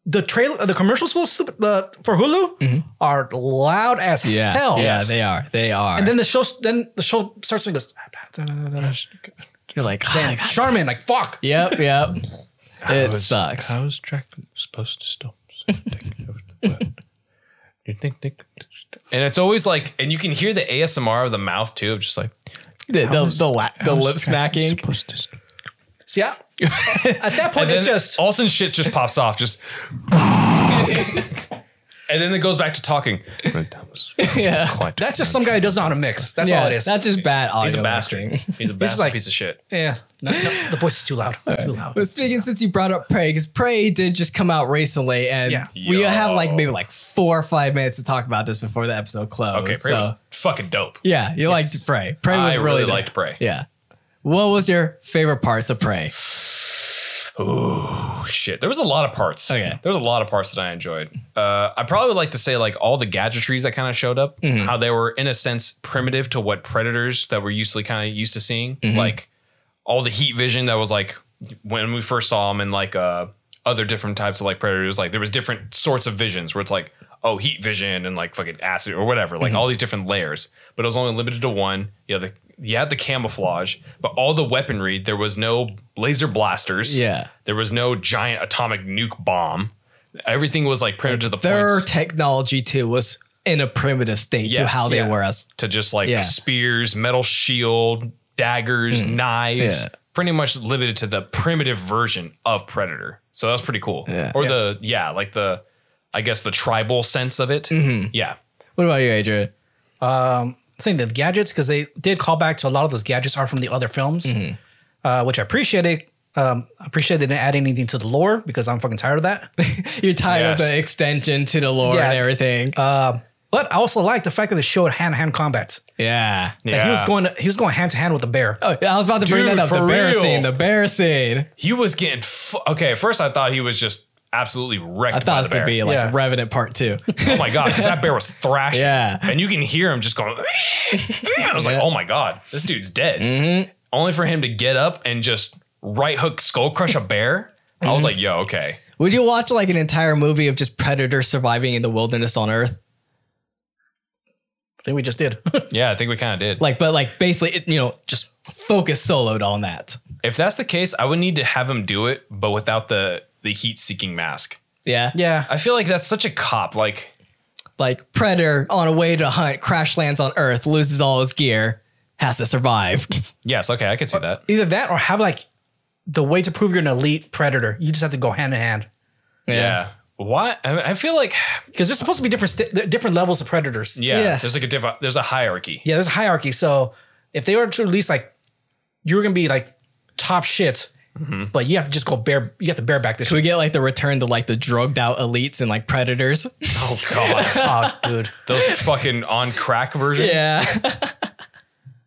the trailer the commercials for, Sup- the, for hulu are loud as hell Yes. are. They are. And then then the show then the show starts and goes "Ah, you're like, oh, my and God. charmin like fuck yep, yep. It sucks. is Dracula supposed to stop? you think, think, and it's always like, and you can hear the ASMR of the mouth too, of just like The, the, the, la- the lip smacking. see I, at that point And it's then just all of a sudden shit just pops off, just and then it goes back to talking. Yeah. that's just some guy who doesn't know how to mix that's all it is That's just bad audio. He's a bastard. mixing. He's a This is bastard like- piece of shit. yeah No, no, the voice is too loud. Too loud. But speaking since you brought up Prey, because Prey did just come out recently, and Yeah. we Yo. have like maybe like four or five minutes to talk about this before the episode closed. Okay, Prey so- was fucking dope. yeah, you liked Prey. Prey was I really, really dope. liked Prey. Yeah. What was your favorite parts of Prey? Oh shit, there was a lot of parts. Okay. there was a lot of parts that I enjoyed. Uh, I probably would like to say like all the gadgetries that kind of showed up, how they were in a sense primitive to what predators that we're usually kind of used to seeing, like all the heat vision that was like when we first saw them in like uh, other different types of like predators. Like there was different sorts of visions where it's like oh heat vision and like fucking acid or whatever, like all these different layers. But it was only limited to one. Yeah, the you had the camouflage, but all the weaponry there was no laser blasters. Yeah. There was no giant atomic nuke bomb. Everything was like printed to the Their point technology too was in a primitive state to Yes. how they Yeah. were as to just like Yeah. Mm. spears, metal shield, daggers, knives. Yeah. Pretty much limited to the primitive version of Predator. So that was pretty cool. Yeah. Or the yeah, like the I guess the tribal sense of it. Mm-hmm. Yeah. What about you, Adrian? um, saying the gadgets because they did call back to a lot of those gadgets are from the other films, uh, which I appreciated. Um, I appreciate they didn't add anything to the lore because I'm fucking tired of that. You're tired of Yes. Uh, the extension to the lore Yeah. and everything. but I also like the fact that they showed hand to hand combat. yeah. Like, he was going he was going hand to hand with the bear. Oh, I was about to bring Dude, that up. The for bear real. scene. The bear scene. He was getting fu- okay. At first, I thought he was just absolutely wrecked. I thought this could be like Yeah. Revenant Part Two. Oh my god, 'cause that bear was thrashing. Yeah. and you can hear him just going. I was Yeah. Mm-hmm. like, oh my god, this dude's dead. Only for him to get up and just right hook skull crush a bear. I Mm-hmm. was like, yo, okay. Would you watch like an entire movie of just predators surviving in the wilderness on Earth? I think we just did. Yeah, I think we kind of did. Like, but like basically, it, you know, just focus soloed on that. if that's the case, I would need to have him do it, but without the the heat seeking mask. Yeah. yeah. I feel like that's such a cop. Like, Like predator on a way to hunt, crash lands on Earth, loses all his gear, has to survive. yes, okay, I could see that. Either that or have like the way to prove you're an elite predator. You just have to go hand in hand Yeah. Why? I, mean, I feel like because there's supposed to be different st- there- different levels of predators. yeah, Yeah. There's like a diff- there's a hierarchy. Yeah, there's a hierarchy. So if they were to release like you're gonna be like top shit, but you have to just go bare. You have to bareback this. Do shit. we get like the return to like the drugged out elites and like predators? Oh god, oh, dude. those fucking on crack versions. Yeah.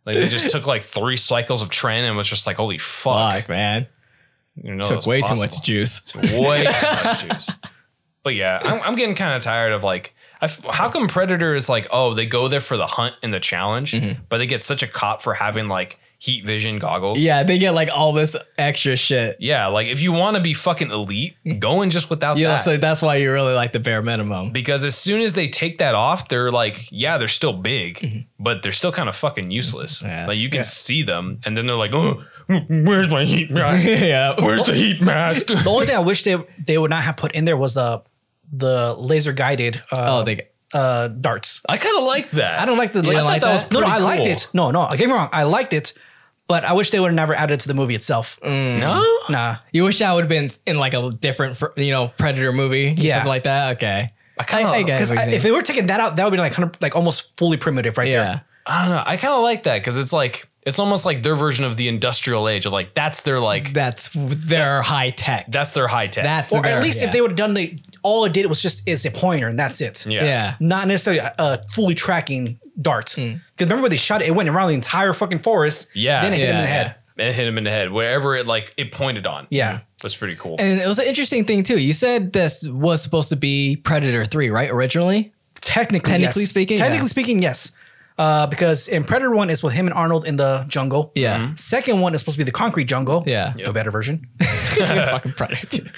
Like they just took like three cycles of Tren and was just like, holy fuck. Fuck, man. You know, Took that's way possible. too much juice. Way too much juice. But yeah, I'm, I'm getting kind of tired of like, I f how come Predator is like, oh, they go there for the hunt and the challenge, but they get such a cop for having like heat vision goggles. Yeah, they get like all this extra shit. Yeah, like if you want to be fucking elite, go in just without Yeah, that. so that's why you really like the bare minimum. because as soon as they take that off, they're like, yeah, they're still big, but they're still kind of fucking useless. Yeah. Like you can see them, and then they're like, oh, where's my heat mask? yeah. Where's the heat mask? The only thing I wish they they would not have put in there was the the laser guided uh, Oh, they uh, darts. I kind of like that. I don't like the. didn't like that that? was no, no. pretty I liked cool. it. No, no. Get me wrong. I liked it, but I wish they would have never added it to the movie itself. Mm. No. Nah. You wish that would have been in like a different, fr- you know, Predator movie, yeah. Yeah. something like that. Okay, I kinda- Because if they were taking that out, that would be like 100, like almost fully primitive right yeah, there. I don't know. I kind of like that because it's like it's almost like their version of the industrial age. Of like that's their like that's their high tech. that's their high tech. That's Or their- at least yeah. if they would have done the all it did was just is a pointer and that's it. yeah. yeah, Not necessarily a, a fully tracking dart. Because remember when they shot it, it went around the entire fucking forest. Yeah. Then it hit him in Yeah, the head. It hit him in the head wherever it like it pointed on. Yeah. that's pretty cool. and it was an interesting thing too. You said this was supposed to be Predator three, right? Originally, Technically, Technically yes. speaking, Technically yeah. speaking, yes. Uh, because in Predator One, it's with him and Arnold in the jungle. Yeah. Mhm. Second one is supposed to be the concrete jungle. Yeah. The better version. fucking Predator.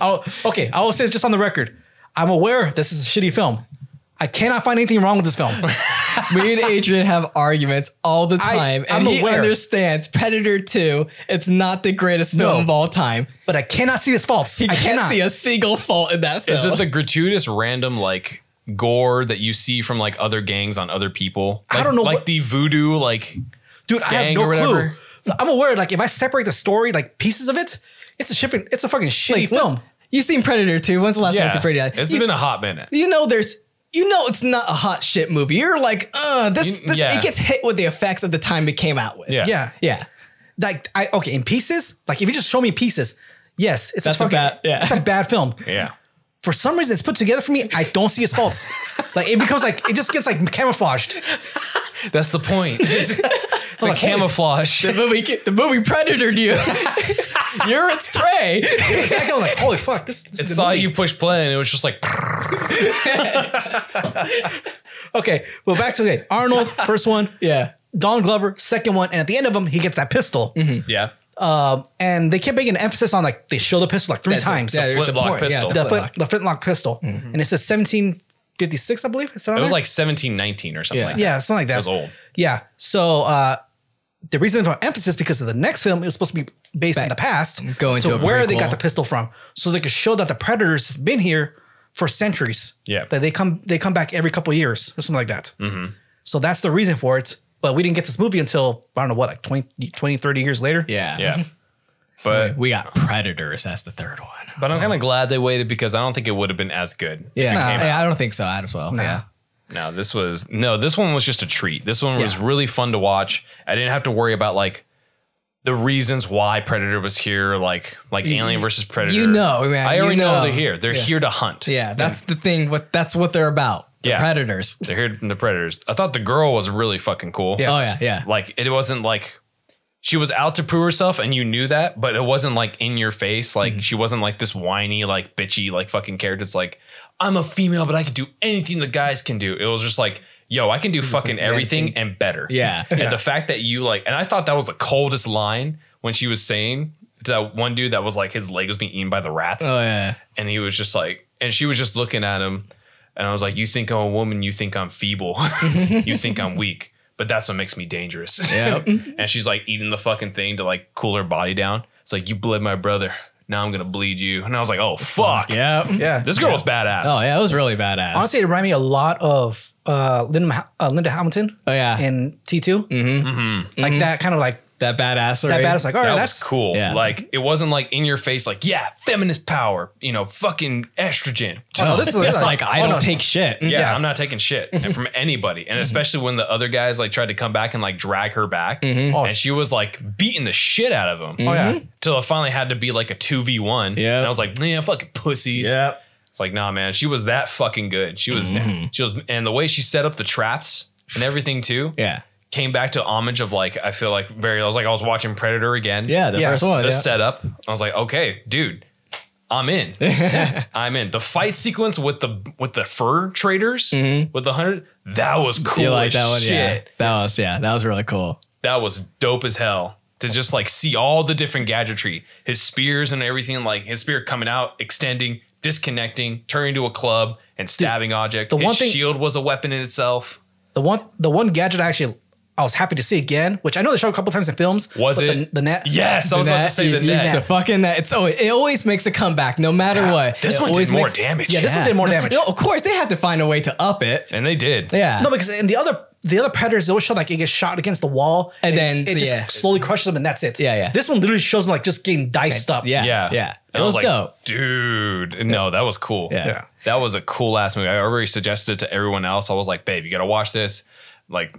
Oh, okay. I will say this just on the record. I'm aware this is a shitty film. I cannot find anything wrong with this film. Me and Adrian have arguments all the I- time, I'm and he aware. understands Predator two. It's not the greatest film No. of all time. but I cannot see its faults. He I can't cannot. see a single fault in that film. Is it the gratuitous random like gore that you see from like other gangs on other people? I Like- don't know like what- the voodoo like. Dude, I have gang no or clue. whatever. I'm aware. Like if I separate the story, like pieces of it, it's a shipping. It's a fucking shitty Like, what's- film. You've seen Predator 2. When's the last time Yeah, you saw Predator? it's you, been a hot minute. you know there's you know it's not a hot shit movie. You're like, uh, this You- this yeah. it gets hit with the effects of the time it came out with. Yeah. Yeah. Yeah. like I okay in pieces. Like if you just show me pieces, yes, it's That's a a fucking bad- yeah. it's a bad film. Yeah. For some reason, it's put together for me. I don't see its faults. like it becomes like it just gets like camouflaged. That's the point. the camouflage. The movie, the movie predated you. You're its prey. Exactly. I'm like holy fuck, this, this is It a good saw movie. you push play and it was just like, Okay, well back to okay. Arnold first one, Yeah. Don Glover second one, and at the end of them he gets that pistol. yeah. Um, and they kept making emphasis on like they show the pistol like three times. Yeah, there's a flintlock point. Yeah, pistol. the, the flint, flintlock. the flintlock pistol, and it says 1756, I believe. Is that It was like 1719 or something Yeah. like that. yeah, something like that. It was old. Yeah. So uh, the reason for emphasis because of the next film is supposed to be based in Back- the past, going so to a where they prequel. got the pistol from, so they could show that the predators has been here for centuries. Yeah. Mm-hmm. That they come they come back every couple years or something like that. So that's the reason for it. But we didn't get this movie until I don't know what, like 20, 20 30 years later. Yeah. Yeah. But We got predators. That's the third one. But I'm kind of glad they waited because I don't think it would have been as good. Uh-huh. Yeah. Nah. yeah, I don't think so. I'd as well. Yeah. No, this was no, this one was just a treat. This one was Yeah. really fun to watch. I didn't have to worry about like the reasons why Predator was here, like like Alien versus Predator. you know, man, I you already know. know. they're here. They're here to hunt. Yeah. That's the thing. What that's what they're about. The Yeah. predators. They're here the Predators. I thought the girl was really fucking cool. Yes. Oh yeah. Yeah. Like it wasn't like she was out to prove herself and you knew that, but it wasn't like in your face. Mm-hmm. Like she wasn't like this whiny, like bitchy, like fucking character. It's like, I'm a female, but I can do anything the guys can do. It was just like, yo, I can do fucking everything and better. Yeah. And Yeah. the fact that you like, and I thought that was the coldest line when she was saying to that one dude that was like his leg was being eaten by the rats Oh yeah. and he was just like, and she was just looking at him, and I was like, "You think I'm a woman? You think I'm feeble? you think I'm weak? But that's what makes me dangerous." Yep. and she's like eating the fucking thing to like cool her body down. It's like you bled my brother. Now I'm gonna bleed you. And I was like, "Oh fuck, Yeah. Yeah. this girl was badass." Oh yeah. It was really badass. Honestly, it reminded me a lot of uh, Linda, uh, Linda Hamilton oh yeah. in T2. Mm-hmm. Like that kind of like that badassery. that bad. It's like, oh, all That right, was that's cool. cool. yeah. Like it wasn't like in your face, like yeah, feminist power, you know, fucking estrogen. Oh, this is It's this is like, I oh, don't no. take shit. yeah, Yeah. Mm-hmm. I'm not taking shit and from anybody, and especially when the other guys like tried to come back and like drag her back, Oh, and she was like beating the shit out of him. Oh yeah, Till it finally had to be like a two v one. Yeah. and I was like, man, fucking pussies. Yep. it's like nah, man. She was that fucking good. She was, Mm-hmm. she was, and the way she set up the traps and everything too. Yeah. came back to homage of like I feel like very. I was like I was watching Predator again. Yeah. The Yeah. first one. the yeah. setup. I was like, okay, dude, I'm in. I'm in. The fight sequence with the with the fur traders with the hundred. That was cool. Mm-hmm. You as like that one? Yeah. Shit. That was yeah. That was really cool. that was dope as hell to just like see all the different gadgetry, his spears and everything, like his spear coming out, extending, disconnecting, turning to a club and stabbing object. The his one thing- shield was a weapon in itself. the one the one gadget I actually I was happy to see again, which I know they show a couple times in films. Was but it the, the net? Yes, I was about to say the you- you- net. The fucking net. It's always, it always makes a comeback, no matter what. This It one always did more makes- damage. Yeah, this one did more No- damage. No, of course they have to find a way to up it. and they did. Yeah. No, because in the other the other predators, they always show like it gets shot against the wall, And it- then- it just yeah. slowly crushes them, and that's it. Yeah, yeah. This one literally shows them like just getting diced up. yeah. Yeah. Yeah. And It I was, like, dope. Dude. No, that was cool. Yeah. Yeah. That was a cool ass movie. I already suggested it to everyone else. I was like, babe, you gotta watch this. Like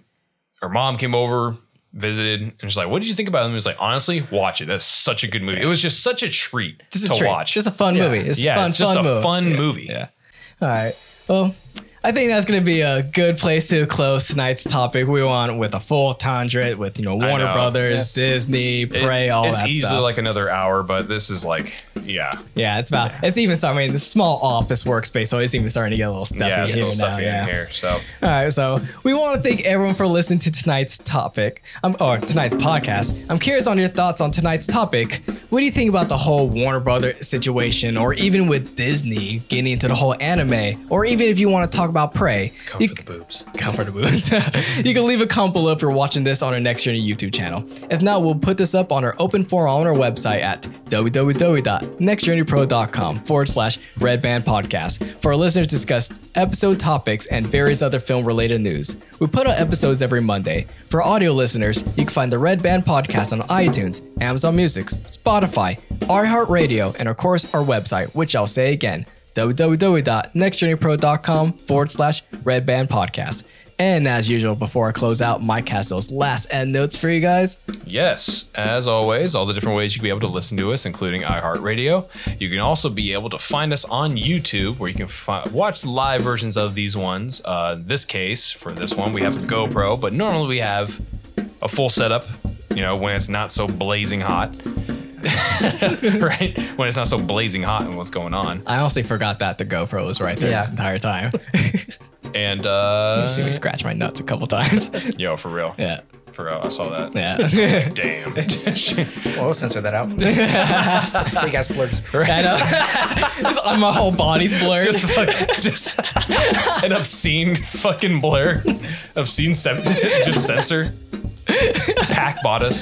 her mom came over, visited, and she's like, What did you think about it? And I was like, honestly, watch it. That's such a good movie. It was just such a treat Just a to treat. watch. Just a fun movie. It's yeah, fun, it's just fun a movie. fun movie. Yeah. All right. Well, I think that's going to be a good place to close tonight's topic. We want with a full tundra with, you know, Warner know. Brothers, Yes. Disney, It- Prey, all it's that easily stuff. like another hour, but this is like, yeah, yeah, it's about, it's even, so, I mean, the small office workspace, so it's even starting to get a little stuffy yeah, it's here still now. stuffy yeah. in here. So All right, so we want to thank everyone for listening to tonight's topic, um, or tonight's podcast. I'm curious on your thoughts on tonight's topic. What do you think about the whole Warner Brother situation, or even with Disney getting into the whole anime, or even if you want to talk about Prey? come You, for the boobs. comfort boots. you can leave a comment below if you're watching this on our next journey YouTube channel. If not, we'll put this up on our open forum on our website at www.nextjourneypro.com forward slash red band podcast for our listeners to discuss episode topics and various other film related news. We put out episodes every Monday. For audio listeners, you can find the Red Band podcast on iTunes, Amazon Music, Spotify, iHeartRadio, and of course our website, which I'll say again www.nextjourneypro.com forward slash red band podcast. And as usual, before I close out, Mike has those last end notes for you guys. Yes, as always, all the different ways you can be able to listen to us, including iHeartRadio. You can also be able to find us on YouTube, where you can fi- watch the live versions of these ones. Uh, in this case, for this one, we have a GoPro, but normally we have a full setup. You know, when it's not so blazing hot, right? When it's not so blazing hot and what's going on, I honestly forgot that the GoPro was right there Yeah. this entire time. and uh, See me scratch my nuts a couple times. yo, for real, yeah. for real, I saw that. Yeah. Damn. Well, we'll censor that out. Big ass blurs. I know. It's on uh, my whole body's blurred. just fuck- just an obscene fucking blur, obscene sem- just censor. Pack bought us.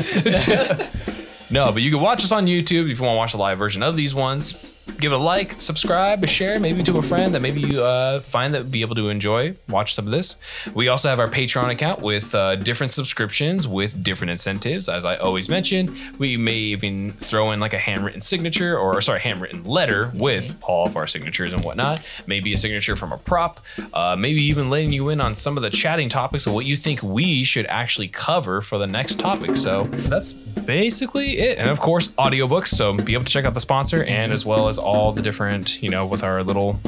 no, but you can watch us on YouTube if you want to watch the live version of these ones. Give it a like, subscribe, share, maybe to a friend that maybe you uh, find that would be able to enjoy. Watch some of this. We also have our Patreon account with uh, different subscriptions with different incentives. As I always mention, we may even throw in like a handwritten signature or sorry, handwritten letter with all of our signatures and whatnot. Maybe a signature from a prop. Uh, maybe even letting you in on some of the chatting topics of what you think we should actually cover for the next topic. So that's basically it. And of course, audiobooks. So be able to check out the sponsor and as well as all the different, you know, with our little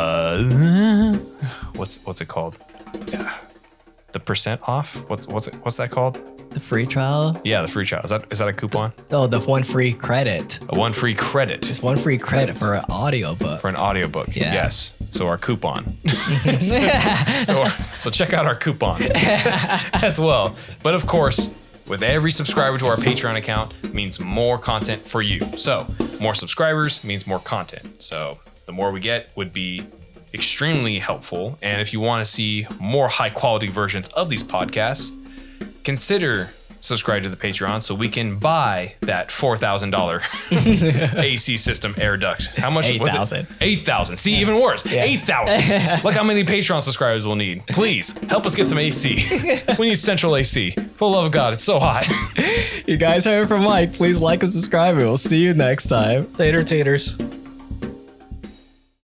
uh what's what's it called? The percent off? What's what's it what's that called? the free trial? Yeah, the free trial. Is that is that a coupon? Oh, the one free credit. A one free credit It's one free credit for an audiobook. for an audiobook. uh, Yeah. Yes. So our coupon. so, so check out our coupon as well. But of course, with every subscriber to our Patreon account means more content for you. So more subscribers means more content. So the more we get would be extremely helpful. And if you want to see more high quality versions of these podcasts, consider subscribing to the Patreon so we can buy that four thousand dollar AC system air duct. How much was $8,000. it? Eight thousand. See, even worse. Eight thousand. Look how many Patreon subscribers we'll need. Please help us get some AC. we need central AC. For the love of God, it's so hot. You guys heard from Mike. Please like and subscribe. and We'll see you next time. Later, taters.